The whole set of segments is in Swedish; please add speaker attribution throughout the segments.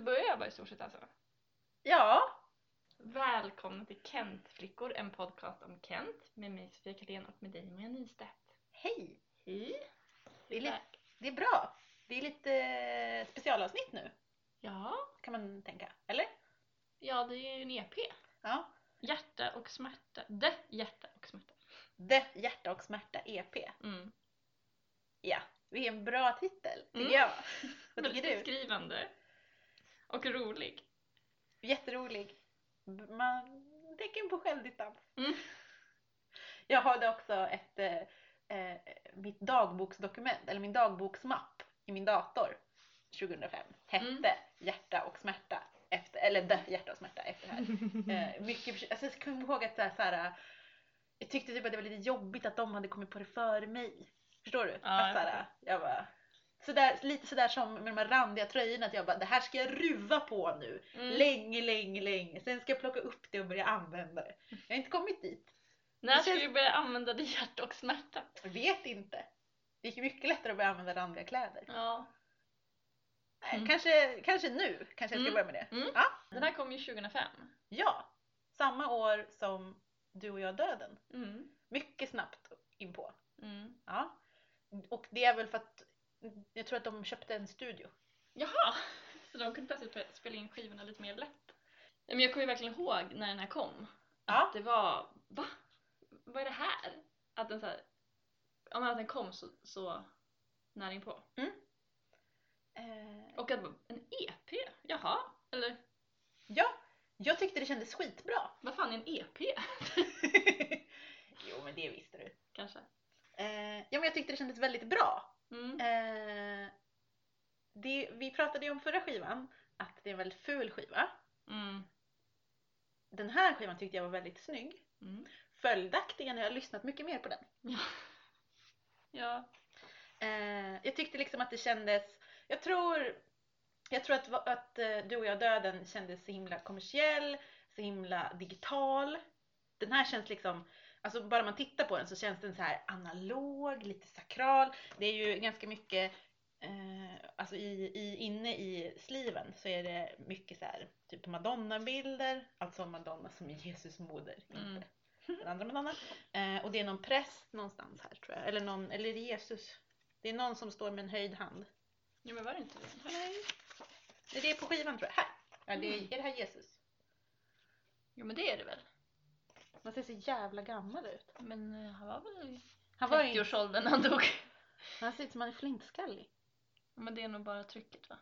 Speaker 1: börjar jag bara i stort sett alltså?
Speaker 2: Ja,
Speaker 1: Välkomna till Kentflickor, en podcast om Kent med mig Sofia Karlén och med dig Maja Nystedt.
Speaker 2: hej!
Speaker 1: Hej!
Speaker 2: Det är lite- Det är bra. Det är lite eh, specialavsnitt nu,
Speaker 1: Ja,
Speaker 2: kan man tänka. Eller?
Speaker 1: ja det är ju en E EP.
Speaker 2: Ja.
Speaker 1: Hjärta och smärta. Det hjärta och smärta.
Speaker 2: Det hjärta och smärta EP.
Speaker 1: Mm.
Speaker 2: E Ja, det är en bra titel, tycker
Speaker 1: Mm.
Speaker 2: jag. Vad
Speaker 1: Väldigt
Speaker 2: tycker du?
Speaker 1: beskrivande. Och rolig.
Speaker 2: Jätterolig. B- Man tänker på självdistans.
Speaker 1: Mm.
Speaker 2: Jag hade också ett, eh, eh, mitt dagboksdokument, eller min dagboksmapp i min dator 2005 hette
Speaker 1: Mm.
Speaker 2: Hjärta och smärta, efter, eller Det hjärta och smärta efter det här.
Speaker 1: Mm.
Speaker 2: Eh, mycket förs- alltså, jag kommer ihåg att så här, så här, eh, jag tyckte typ att det var lite jobbigt att de hade kommit på det före mig. Förstår du?
Speaker 1: Ja,
Speaker 2: att, så
Speaker 1: jag
Speaker 2: här,
Speaker 1: fattar.
Speaker 2: jag bara, sådär, lite sådär som med de här randiga tröjorna, att jag bara det här ska jag ruva på nu.
Speaker 1: Mm.
Speaker 2: Länge, länge, länge. Sen ska jag plocka upp det och börja använda det. Jag har inte kommit dit.
Speaker 1: När
Speaker 2: det
Speaker 1: ska
Speaker 2: känns-
Speaker 1: vi börja använda det hjärta och smärta?
Speaker 2: Jag vet inte. Det gick mycket lättare att börja använda randiga kläder.
Speaker 1: Ja.
Speaker 2: Nej,
Speaker 1: Mm.
Speaker 2: Kanske, kanske nu, kanske jag
Speaker 1: Mm.
Speaker 2: ska börja med det.
Speaker 1: Mm.
Speaker 2: Ja.
Speaker 1: Den här kom ju 2005.
Speaker 2: ja, samma år som du och jag döden.
Speaker 1: Mm.
Speaker 2: Mycket snabbt inpå.
Speaker 1: Mm.
Speaker 2: Ja. Och det är väl för att jag tror att de köpte en studio.
Speaker 1: Jaha! Så de kunde plötsligt spe- spela in skivorna lite mer lätt. Ja, Men jag kommer ju verkligen ihåg när den här kom.
Speaker 2: Ja.
Speaker 1: Att det var, va? Vad är det här? Att den så här, ja men att den kom så, så nära inpå.
Speaker 2: Eh,
Speaker 1: Och att det var en EP? Jaha? Eller
Speaker 2: ja, jag tyckte det kändes skitbra.
Speaker 1: vad fan är en E EP?
Speaker 2: jo, men det visste du.
Speaker 1: Kanske.
Speaker 2: Eh, ja, men jag tyckte det kändes väldigt bra.
Speaker 1: Mm.
Speaker 2: Eh, det, vi pratade ju om förra skivan att det är en väldigt ful skiva.
Speaker 1: Mm.
Speaker 2: Den här skivan tyckte jag var väldigt snygg.
Speaker 1: Mm.
Speaker 2: Följaktligen har jag lyssnat mycket mer på den.
Speaker 1: Ja. ja.
Speaker 2: Eh, jag tyckte liksom att det kändes, jag tror, jag tror att, va- att eh, Du och jag döden kändes så himla kommersiell, så himla digital. Den här känns liksom, alltså bara man tittar på den så känns den så här analog, lite sakral. Det är ju ganska mycket, eh, alltså i, i, inne i sliven så är det mycket så här typ Madonna-bilder, alltså Madonna som är Jesus moder, inte
Speaker 1: Mm.
Speaker 2: den andra Madonna. Eh, och det är någon präst någonstans här tror jag, eller någon, eller är det Jesus? Det är någon som står med en höjd hand.
Speaker 1: Ja men var det inte det?
Speaker 2: Nej. Nej, Det är på skivan tror jag. Här! Ja, det är, är det här Jesus?
Speaker 1: Jo men det är det väl.
Speaker 2: Man ser så jävla gammal ut.
Speaker 1: Men eh, han var väl i
Speaker 2: Han, var ju,
Speaker 1: 30-årsåldern när han dog.
Speaker 2: han ser ut som han är flintskallig.
Speaker 1: Ja, Men det är nog bara trycket va?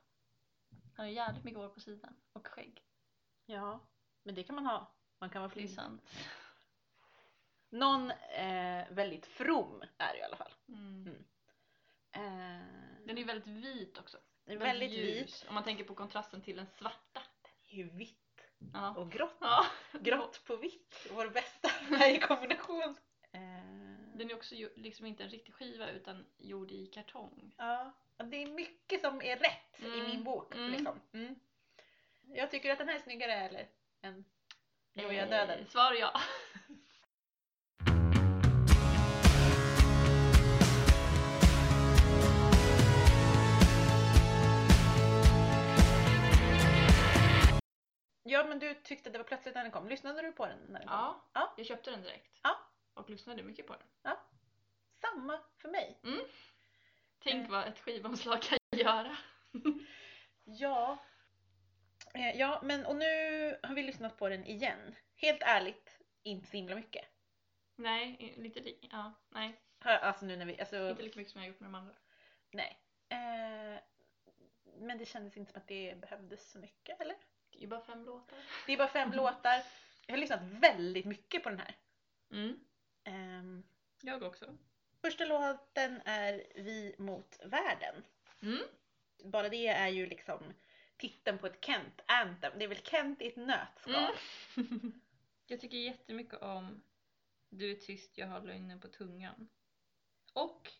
Speaker 1: Han har jävligt mycket hår på sidan och skägg.
Speaker 2: Ja, men det kan man ha. Man kan vara
Speaker 1: Det är
Speaker 2: flint.
Speaker 1: sant.
Speaker 2: Någon eh, väldigt from är det i alla fall.
Speaker 1: Mm.
Speaker 2: Eh,
Speaker 1: Den är väldigt vit också.
Speaker 2: den är väldigt vit.
Speaker 1: ljus, Om man tänker på kontrasten till den svarta.
Speaker 2: Det är vitt
Speaker 1: Ja.
Speaker 2: och grått.
Speaker 1: ja.
Speaker 2: Grått på vitt. Vår bästa färgkombination. Eh,
Speaker 1: Den är också ju- liksom inte en riktig skiva utan gjord i kartong.
Speaker 2: Ja, det är mycket som är rätt i
Speaker 1: Mm,
Speaker 2: min bok.
Speaker 1: mm.
Speaker 2: Liksom. Mm. Jag tycker att den här är snyggare eller? än Nu är jag
Speaker 1: Eh,
Speaker 2: döden.
Speaker 1: Svar ja.
Speaker 2: Ja, men du tyckte det var plötsligt när den kom. Lyssnade du på den när den kom?
Speaker 1: ja.
Speaker 2: Ja.
Speaker 1: Jag köpte den direkt.
Speaker 2: Ja.
Speaker 1: Och lyssnade mycket på den.
Speaker 2: Samma för mig.
Speaker 1: Tänk
Speaker 2: Eh.
Speaker 1: vad ett skivomslag kan göra.
Speaker 2: Ja. Eh, Ja, men och nu har vi lyssnat på den igen. Helt ärligt, inte så himla mycket.
Speaker 1: Nej, i- lite li- ja, nej.
Speaker 2: Har- Alltså nu när vi, alltså
Speaker 1: Inte lika mycket som jag har gjort med de andra.
Speaker 2: nej. Eh, men det kändes inte som att det behövdes så mycket, eller?
Speaker 1: Det är ju bara fem låtar.
Speaker 2: Det är bara fem låtar. Jag har lyssnat väldigt mycket på den här.
Speaker 1: Mm.
Speaker 2: Ehm,
Speaker 1: Jag också.
Speaker 2: Första låten är Vi mot världen.
Speaker 1: Mm.
Speaker 2: Bara det är ju liksom titeln på ett Kent anthem. Det är väl Kent i ett nötskal.
Speaker 1: Mm. jag tycker jättemycket om Du är tyst, jag har lögnen på tungan. Och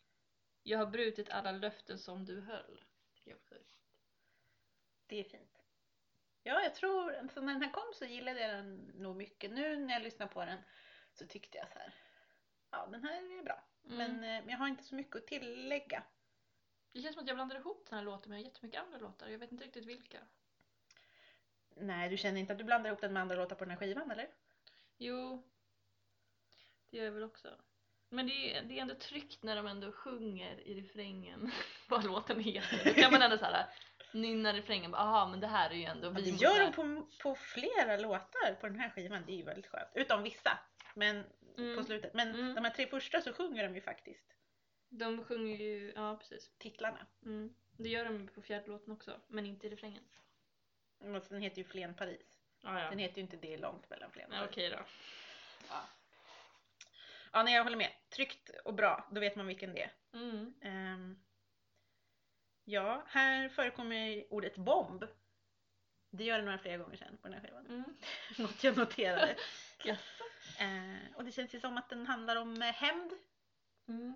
Speaker 1: Jag har brutit alla löften som du höll. Tycker jag också.
Speaker 2: Det är fint. Ja, jag tror, alltså när den här kom så gillade jag den nog mycket. Nu när jag lyssnar på den så tyckte jag så här. Ja, den här är bra.
Speaker 1: Mm.
Speaker 2: Men, eh, men jag har inte så mycket att tillägga.
Speaker 1: Det känns som att jag blandar ihop den här låten med jättemycket andra låtar. Jag vet inte riktigt vilka.
Speaker 2: Nej, du känner inte att du blandar ihop den med andra låtar på den här skivan eller?
Speaker 1: Jo, det gör jag väl också. Men det är, det är ändå tryggt när de ändå sjunger i refrängen vad låten heter. Då kan man ändå såhär nynna refrängen. bara, Aha, men det här är ju ändå
Speaker 2: Ja,
Speaker 1: vi
Speaker 2: det
Speaker 1: mot
Speaker 2: gör
Speaker 1: det
Speaker 2: de
Speaker 1: här."
Speaker 2: på, på flera låtar på den här skivan, det är ju väldigt skönt. Utom vissa, men på
Speaker 1: mm.
Speaker 2: slutet. Men
Speaker 1: Mm.
Speaker 2: de här tre första så sjunger de ju faktiskt
Speaker 1: De sjunger ju, ja precis.
Speaker 2: titlarna.
Speaker 1: Mm. Det gör de ju på fjärde låten också, men inte i refrängen.
Speaker 2: Och Den heter ju Flen Paris.
Speaker 1: Ah, ja.
Speaker 2: Den heter ju inte Det är långt mellan Flen och
Speaker 1: ja,
Speaker 2: Paris.
Speaker 1: okej då.
Speaker 2: Ja. ja, nej jag håller med. Tryggt och bra, då vet man vilken det är.
Speaker 1: Mm.
Speaker 2: Ehm, ja, här förekommer ju ordet bomb. Det gör det några fler gånger sen på den här skivan.
Speaker 1: Mm.
Speaker 2: Något jag noterade.
Speaker 1: Ja.
Speaker 2: Ehm, och det känns ju som att den handlar om eh, hämnd.
Speaker 1: Mm.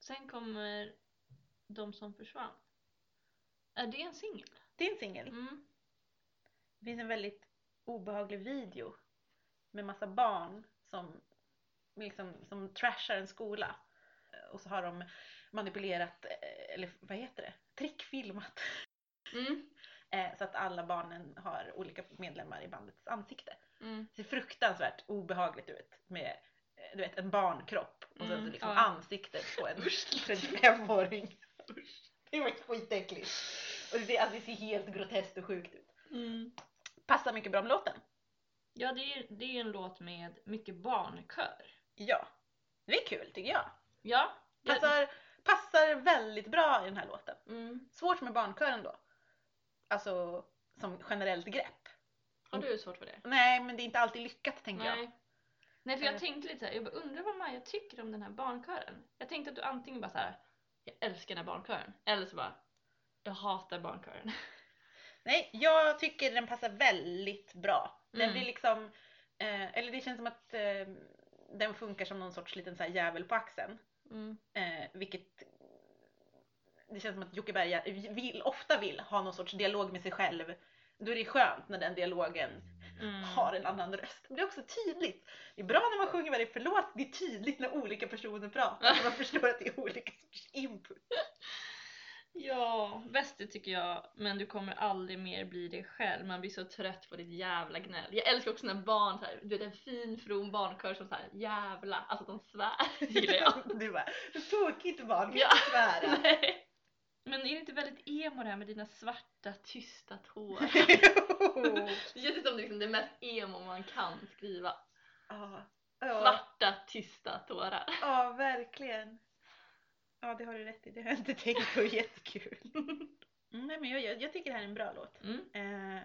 Speaker 1: Sen kommer De som försvann. Är det en singel?
Speaker 2: Det är en singel.
Speaker 1: Mm.
Speaker 2: Det finns en väldigt obehaglig video med massa barn som, liksom, som trashar en skola. Och så har de manipulerat, eh, eller vad heter det, trickfilmat.
Speaker 1: Mm.
Speaker 2: Eh, Så att alla barnen har olika medlemmar i bandets ansikte.
Speaker 1: Mm.
Speaker 2: Det ser fruktansvärt obehagligt ut med eh, du vet, en barnkropp och sen så
Speaker 1: Mm,
Speaker 2: liksom
Speaker 1: ja.
Speaker 2: ansiktet på en 35-åring. Det var skitäckligt. Och det, ser- alltså, det ser helt groteskt och sjukt ut.
Speaker 1: Mm.
Speaker 2: Passar mycket bra med låten.
Speaker 1: Ja, det är, det är en låt med mycket barnkör.
Speaker 2: Ja, det är kul tycker jag.
Speaker 1: Ja. det-
Speaker 2: Passar, passar väldigt bra i den här låten.
Speaker 1: Mm.
Speaker 2: Svårt med barnkören då. Alltså som generellt grepp.
Speaker 1: Har du svårt för det?
Speaker 2: Nej, men det är inte alltid lyckat tänker jag.
Speaker 1: Nej. Äh. Nej, för jag
Speaker 2: Eh.
Speaker 1: tänkte lite såhär, jag bara undrar vad Maja tycker om den här barnkören. Jag tänkte att du antingen bara såhär, jag älskar den här barnkören. Eller så bara, jag hatar barnkören.
Speaker 2: Nej, jag tycker den passar väldigt bra. Den
Speaker 1: Mm.
Speaker 2: blir liksom, eh, eller det känns som att eh, den funkar som någon sorts liten så här jävel på axeln.
Speaker 1: Mm.
Speaker 2: Eh, vilket det känns som att Jocke Berga vill, ofta vill ha någon sorts dialog med sig själv. Då är det skönt när den dialogen
Speaker 1: Mm.
Speaker 2: har en annan röst. Men det är också tydligt. Det är bra när man sjunger vad det är för låt. Det är tydligt när olika personer pratar. så Man förstår att det är olika sorts input.
Speaker 1: Ja, bäste tycker jag, men du kommer aldrig mer bli dig själv. Man blir så trött på ditt jävla gnäll. Jag älskar också när barn, så här, du vet en fin from barnkör som såhär jävla, alltså de svär. gillar jag.
Speaker 2: Du bara, "Så tråkigt barn, kan
Speaker 1: Ja.
Speaker 2: inte svära.
Speaker 1: Nej. Men är det inte väldigt emo det här med dina svarta tysta tår?
Speaker 2: Jo.
Speaker 1: Det känns som liksom det mest emo man kan skriva.
Speaker 2: Ja, ja,
Speaker 1: Svarta tysta tårar.
Speaker 2: ja, verkligen. Ja, det har du rätt i. Det har jag inte tänkt på. Jättekul. Mm, Nej, men jag, jag, jag tycker det här är en bra låt.
Speaker 1: Mm.
Speaker 2: Eh,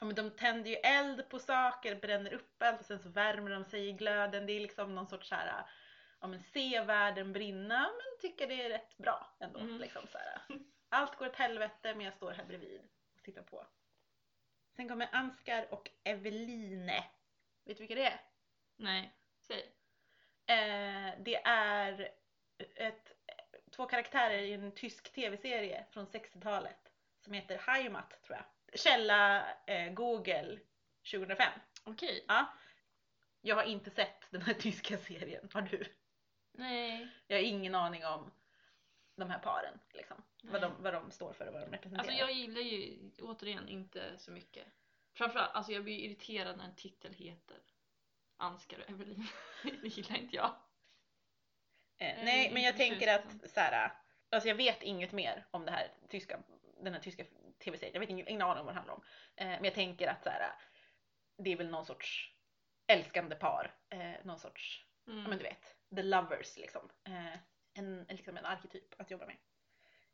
Speaker 2: ja, men de tänder ju eld på saker, bränner upp allt och sen så värmer de sig i glöden. Det är liksom någon sorts så här, ja men se världen brinna men tycker det är rätt bra ändå.
Speaker 1: Mm.
Speaker 2: Liksom så här, allt går åt helvete men jag står här bredvid och tittar på. Sen kommer Anskar och Eveline. Vet du vilka det är?
Speaker 1: Nej, säg.
Speaker 2: Eh, det är ett, två karaktärer i en tysk tv-serie från 60-talet som heter Heimat, tror jag. Källa eh, Google 2005.
Speaker 1: Okej.
Speaker 2: Jag har inte sett den här tyska serien, har du?
Speaker 1: Nej.
Speaker 2: Jag har ingen aning om de här paren, liksom. Vad de, vad de står för och vad de representerar.
Speaker 1: Alltså jag gillar ju återigen inte så mycket. Framförallt, alltså jag blir irriterad när en titel heter Anskar och Evelina. Det gillar inte jag.
Speaker 2: Eh,
Speaker 1: är
Speaker 2: nej,
Speaker 1: Mm, inte
Speaker 2: men jag
Speaker 1: förtjust
Speaker 2: tänker
Speaker 1: i
Speaker 2: att så här, alltså jag vet inget mer om det här tyska, den här tyska tv-serien. Jag vet ingen, ingen aning om vad det handlar om. Eh, men jag tänker att så här, det är väl någon sorts älskande par. Eh, någon sorts, ja men
Speaker 1: Mm.
Speaker 2: du vet, the lovers liksom. Eh, en, liksom en arketyp att jobba med.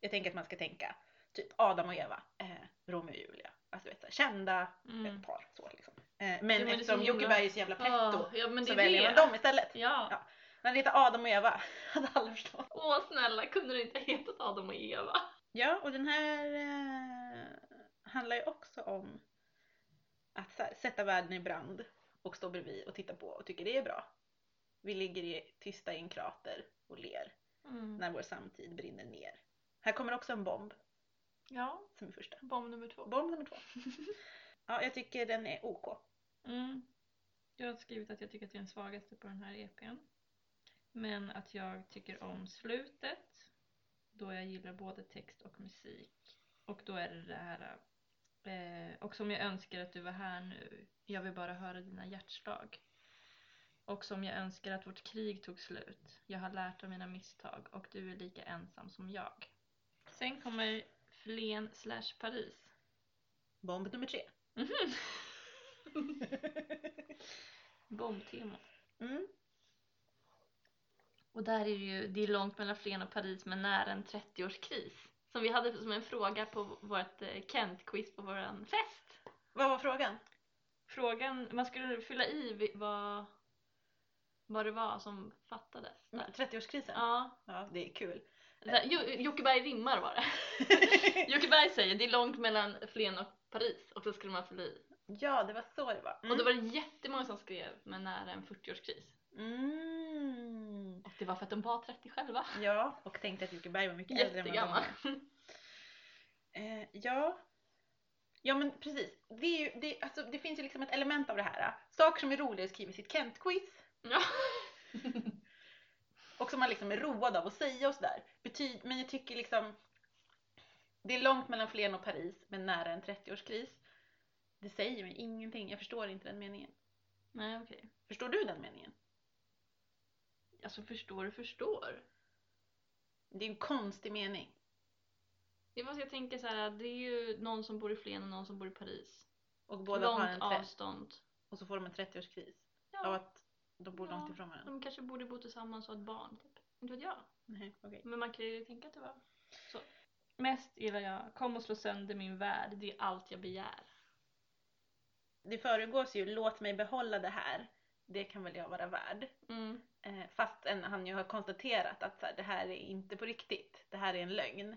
Speaker 2: Jag tänker att man ska tänka typ Adam och Eva, eh, Romeo och Julia. Alltså du vet, så här, kända
Speaker 1: Mm.
Speaker 2: ett par. Så, liksom. eh, men
Speaker 1: är så
Speaker 2: eftersom
Speaker 1: himla-
Speaker 2: Jocke Berg är så jävla pretto
Speaker 1: Ah, ja, men det
Speaker 2: så
Speaker 1: är
Speaker 2: väljer
Speaker 1: det.
Speaker 2: man dem istället.
Speaker 1: Ja.
Speaker 2: Ja. När det heter Adam och Eva hade alla förstått.
Speaker 1: Åh snälla, kunde det inte hetat Adam och Eva?
Speaker 2: Ja, och den här eh, handlar ju också om att så här, sätta världen i brand och stå bredvid och titta på och tycker det är bra. Vi ligger i,
Speaker 1: Mm.
Speaker 2: tysta i en krater och ler när vår samtid brinner ner. Här kommer också en bomb
Speaker 1: Ja,
Speaker 2: som är första.
Speaker 1: bomb nummer två.
Speaker 2: Bomb nummer två. ja, jag tycker den är OK.
Speaker 1: Mm. Jag har skrivit att jag tycker att det är den svagaste på den här EPn. Men att jag tycker om slutet. Då jag gillar både text och musik. Och då är det det här. Eh, och som jag önskar att du var här nu. Jag vill bara höra dina hjärtslag. Och som jag önskar att vårt krig tog slut. Jag har lärt av mina misstag och du är lika ensam som jag. Sen kommer Flen slash Paris.
Speaker 2: Bomb nummer tre.
Speaker 1: Mhm. Bombtema.
Speaker 2: Mm.
Speaker 1: Och där är det ju, det är långt mellan Flen och Paris men nära en 30-årskris. Som vi hade som en fråga på vårt eh, Kent-quiz på vår fest.
Speaker 2: Vad var frågan?
Speaker 1: Frågan, man skulle fylla i vi- vad, vad det var som fattades
Speaker 2: Mm.
Speaker 1: där.
Speaker 2: 30-årskrisen?
Speaker 1: Ja.
Speaker 2: Ja, det är kul.
Speaker 1: Så här, Jo- Jockeberg rimmar var det. Jockeberg säger det är långt mellan Flen och Paris och så skulle man fylla i.
Speaker 2: ja, det var så det var. Mm.
Speaker 1: Och då var det jättemånga som skrev men nära en 40-årskris.
Speaker 2: Mm.
Speaker 1: Och det var för att de var 30 själva.
Speaker 2: Ja, och tänkte att Jockeberg var mycket äldre än vad de
Speaker 1: Jättegammal.
Speaker 2: var. Eh, ja. Ja men precis. Det, är ju, det, alltså, det finns ju liksom ett element av det här. eh. Saker som är roliga att skriva i sitt Kent-quiz
Speaker 1: Ja.
Speaker 2: och som man liksom är road av att säga och sådär. Betyd- Men jag tycker liksom det är långt mellan Flen och Paris men nära en 30-årskris. Det säger mig ingenting. Jag förstår inte den meningen.
Speaker 1: Nej okej.
Speaker 2: Förstår du den meningen?
Speaker 1: Alltså förstår du förstår.
Speaker 2: Det är en konstig mening.
Speaker 1: Det var så jag tänker så här, det är ju någon som bor i Flen och någon som bor i Paris.
Speaker 2: Och båda har en
Speaker 1: Långt
Speaker 2: tre-
Speaker 1: avstånd.
Speaker 2: och så får de en 30-årskris. Av
Speaker 1: Ja,
Speaker 2: att de bor långt
Speaker 1: Ja.
Speaker 2: ifrån varandra.
Speaker 1: de kanske borde bo tillsammans och ha ett barn. Typ. Inte vet jag.
Speaker 2: Nej, okej.
Speaker 1: Men man kan ju tänka att det var så. Mest gillar jag Kom och slå sönder min värld, det är allt jag begär.
Speaker 2: Det föregås ju Låt mig behålla det här. Det kan väl jag vara värd.
Speaker 1: Mm.
Speaker 2: Eh, fastän han ju har konstaterat att så här, det här är inte på riktigt, det här är en lögn.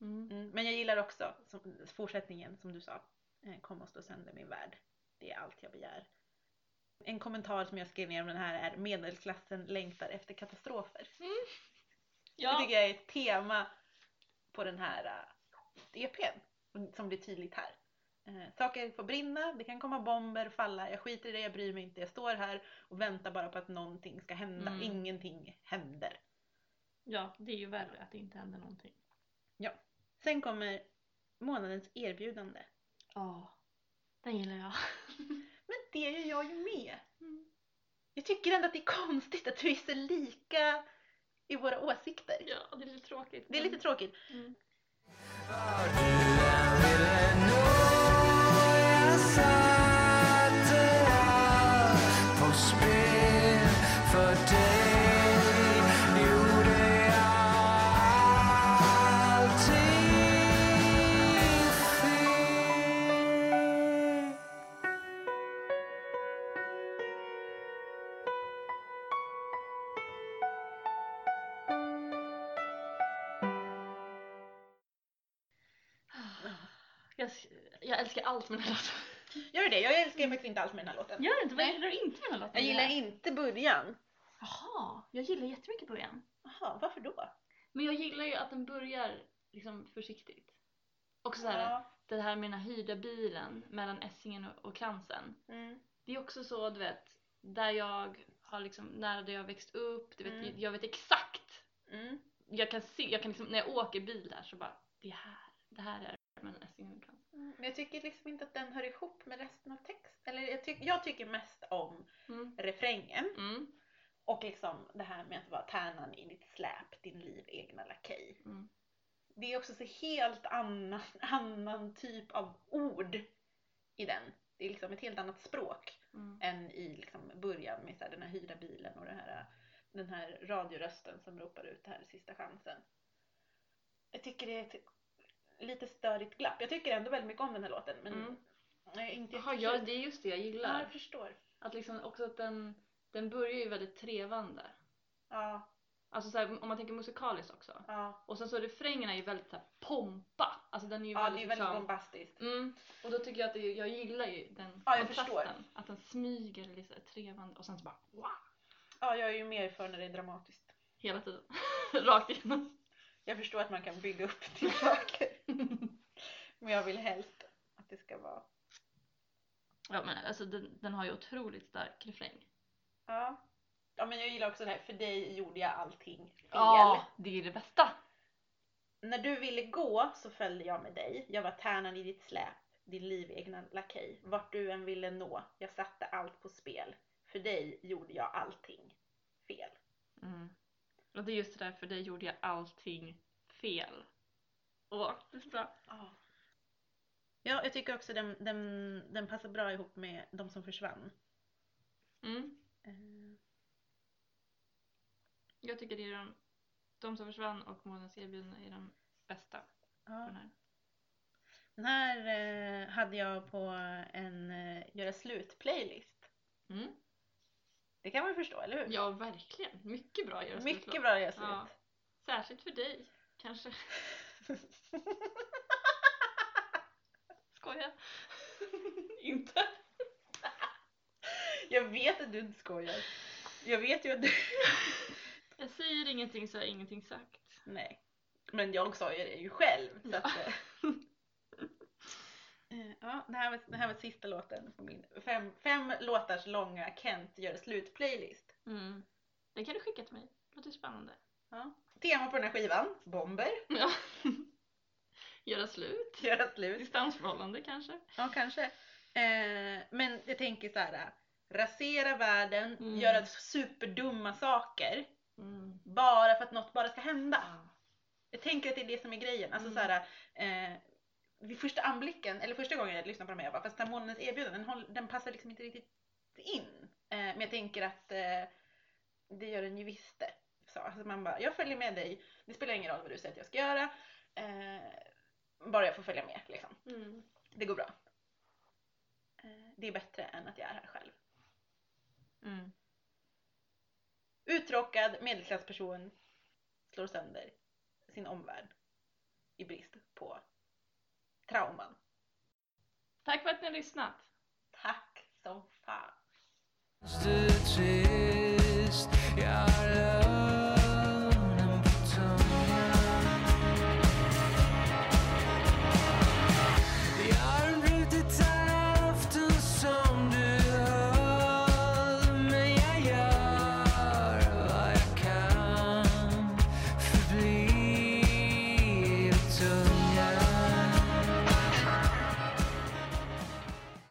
Speaker 1: Mm.
Speaker 2: Mm, men jag gillar också som, fortsättningen som du sa, eh, kom och slå sönder min värld. Det är allt jag begär. En kommentar som jag skrev ner om den här är medelklassen längtar efter katastrofer. Det
Speaker 1: Ja,
Speaker 2: tycker jag är ett tema på den här eh, EPn och som blir tydligt här. Eh, saker får brinna, det kan komma bomber, falla, jag skiter i det, jag bryr mig inte, jag står här och väntar bara på att någonting ska hända.
Speaker 1: Mm.
Speaker 2: Ingenting händer.
Speaker 1: ja, det är ju värre att det inte händer någonting.
Speaker 2: Sen kommer månadens erbjudande.
Speaker 1: Ja, den gillar jag.
Speaker 2: Men det gör jag ju med.
Speaker 1: Mm.
Speaker 2: Jag tycker ändå att det är konstigt att vi är så lika i våra åsikter.
Speaker 1: Ja, det är lite tråkigt.
Speaker 2: Det är lite tråkigt.
Speaker 1: Mm.
Speaker 3: Jag satte allt på spel för dig Gjorde jag allting fel
Speaker 1: Jag, jag älskar allt med den här låten.
Speaker 2: Gör det? Jag älskar faktiskt inte alls med den här låten.
Speaker 1: Gör det inte? Vad
Speaker 2: Nej.
Speaker 1: gillar du inte med den här låten?
Speaker 2: Jag gillar inte början.
Speaker 1: Jaha, jag gillar jättemycket början.
Speaker 2: Jaha, varför då?
Speaker 1: Men jag gillar ju att den börjar liksom försiktigt. Också så här,
Speaker 2: Ja.
Speaker 1: det här med den här hyrda bilen mellan Essingen och, och Kransen.
Speaker 2: Mm.
Speaker 1: Det är också så, du vet, där jag har liksom, nära där jag har växt upp, du vet,
Speaker 2: Mm.
Speaker 1: jag vet exakt.
Speaker 2: Mm.
Speaker 1: Jag kan se, jag kan liksom, när jag åker bil där så bara, det här, det här är mellan Essingen och Kransen.
Speaker 2: Men jag tycker liksom inte att den hör ihop med resten av texten. Eller jag, tyck- jag tycker mest om
Speaker 1: Mm.
Speaker 2: refrängen
Speaker 1: Mm.
Speaker 2: och liksom det här med att vara tärnan i ditt släp, din liv egna lakej.
Speaker 1: Mm.
Speaker 2: det är också så helt annan, annan typ av ord i den. Det är liksom ett helt annat språk
Speaker 1: Mm.
Speaker 2: än i liksom början med så här, den här hyra bilen och det här, den här radiorösten som ropar ut det här sista chansen. Jag tycker det är ett lite störigt glapp. Jag tycker ändå väldigt mycket om den här låten men
Speaker 1: Mm.
Speaker 2: jag är inte
Speaker 1: Jaha, ja, det är just det jag
Speaker 2: ja,
Speaker 1: gillar.
Speaker 2: jag förstår.
Speaker 1: Att liksom också att den, den börjar ju väldigt trevande.
Speaker 2: Ja,
Speaker 1: Alltså så här, om man tänker musikaliskt också.
Speaker 2: ja.
Speaker 1: Och sen så refrängerna är ju väldigt så här, pompa. Alltså den är ju
Speaker 2: ja det
Speaker 1: väldigt,
Speaker 2: är väldigt
Speaker 1: liksom,
Speaker 2: bombastiskt.
Speaker 1: mm, Och då tycker jag att det, är- jag gillar ju den
Speaker 2: Ja, jag
Speaker 1: Att den smyger lite så här trevande och sen så bara wow,
Speaker 2: Ja, jag är ju mer för när det är dramatiskt.
Speaker 1: hela tiden. Rakt igenom.
Speaker 2: Jag förstår att man kan bygga upp till saker. Men jag vill helst att det ska vara...
Speaker 1: Ja men alltså den, den har ju otroligt stark refräng.
Speaker 2: Ja. Ja men jag gillar också det här, för dig gjorde jag allting fel.
Speaker 1: Ja, det är det bästa.
Speaker 2: När du ville gå så följde jag med dig. Jag var tärnan i ditt släp, din livegna lakej. Vart du än ville nå, jag satte allt på spel. För dig gjorde jag allting fel.
Speaker 1: Mm. Och det är just det där, för dig gjorde jag allting fel. Åh, det är så bra.
Speaker 2: Ja, jag tycker också den, den, den passar bra ihop med De som försvann.
Speaker 1: Mm.
Speaker 2: Eh,
Speaker 1: Jag tycker det är de, de som försvann och Månens erbjudna är de bästa på
Speaker 2: Ja.
Speaker 1: den här.
Speaker 2: Den här eh, hade jag på en eh, göra slut-playlist.
Speaker 1: Mm.
Speaker 2: Det kan man förstå, eller hur?
Speaker 1: Ja, verkligen. Mycket bra göra
Speaker 2: Mycket bra göra slut.
Speaker 1: Ja. Särskilt för dig, kanske. Skoja. Inte.
Speaker 2: Jag vet att du inte skojar. Jag vet ju att du...
Speaker 1: Jag säger ingenting så har jag ingenting sagt.
Speaker 2: Nej. Men jag sa ju det ju själv. Så att, eh. Eh, ja, det, här var, det här var sista låten på min fem, fem låtars långa Kent gör slut-playlist.
Speaker 1: Mm. Den kan du skicka till mig. Låter spännande.
Speaker 2: Tema på den här skivan, bomber,
Speaker 1: Ja. Göra slut.
Speaker 2: göra slut.
Speaker 1: Distansförhållande kanske.
Speaker 2: Ja, kanske. Eh, men jag tänker så här. eh, Rasera världen,
Speaker 1: Mm.
Speaker 2: göra superdumma saker
Speaker 1: Mm.
Speaker 2: bara för att något bara ska hända.
Speaker 1: Ja.
Speaker 2: Jag tänker att det är det som är grejen. Alltså
Speaker 1: Mm.
Speaker 2: så här, eh, vid första anblicken, eller första gången jag lyssnade på dem, jag bara, fast den här månadens erbjudande, den, håll- den passar liksom inte riktigt in. Eh, men jag tänker att eh, det gör den ju visst det. Så, alltså man bara, jag följer med dig, det spelar ingen roll vad du säger att jag ska göra, eh, bara jag får följa med liksom.
Speaker 1: Mm.
Speaker 2: Det går bra. Eh, det är bättre än att jag är här själv.
Speaker 1: Mm.
Speaker 2: Uttråkad medelklassperson slår sönder sin omvärld i brist på trauman.
Speaker 1: Tack för att ni har lyssnat.
Speaker 2: Tack som fan.
Speaker 3: till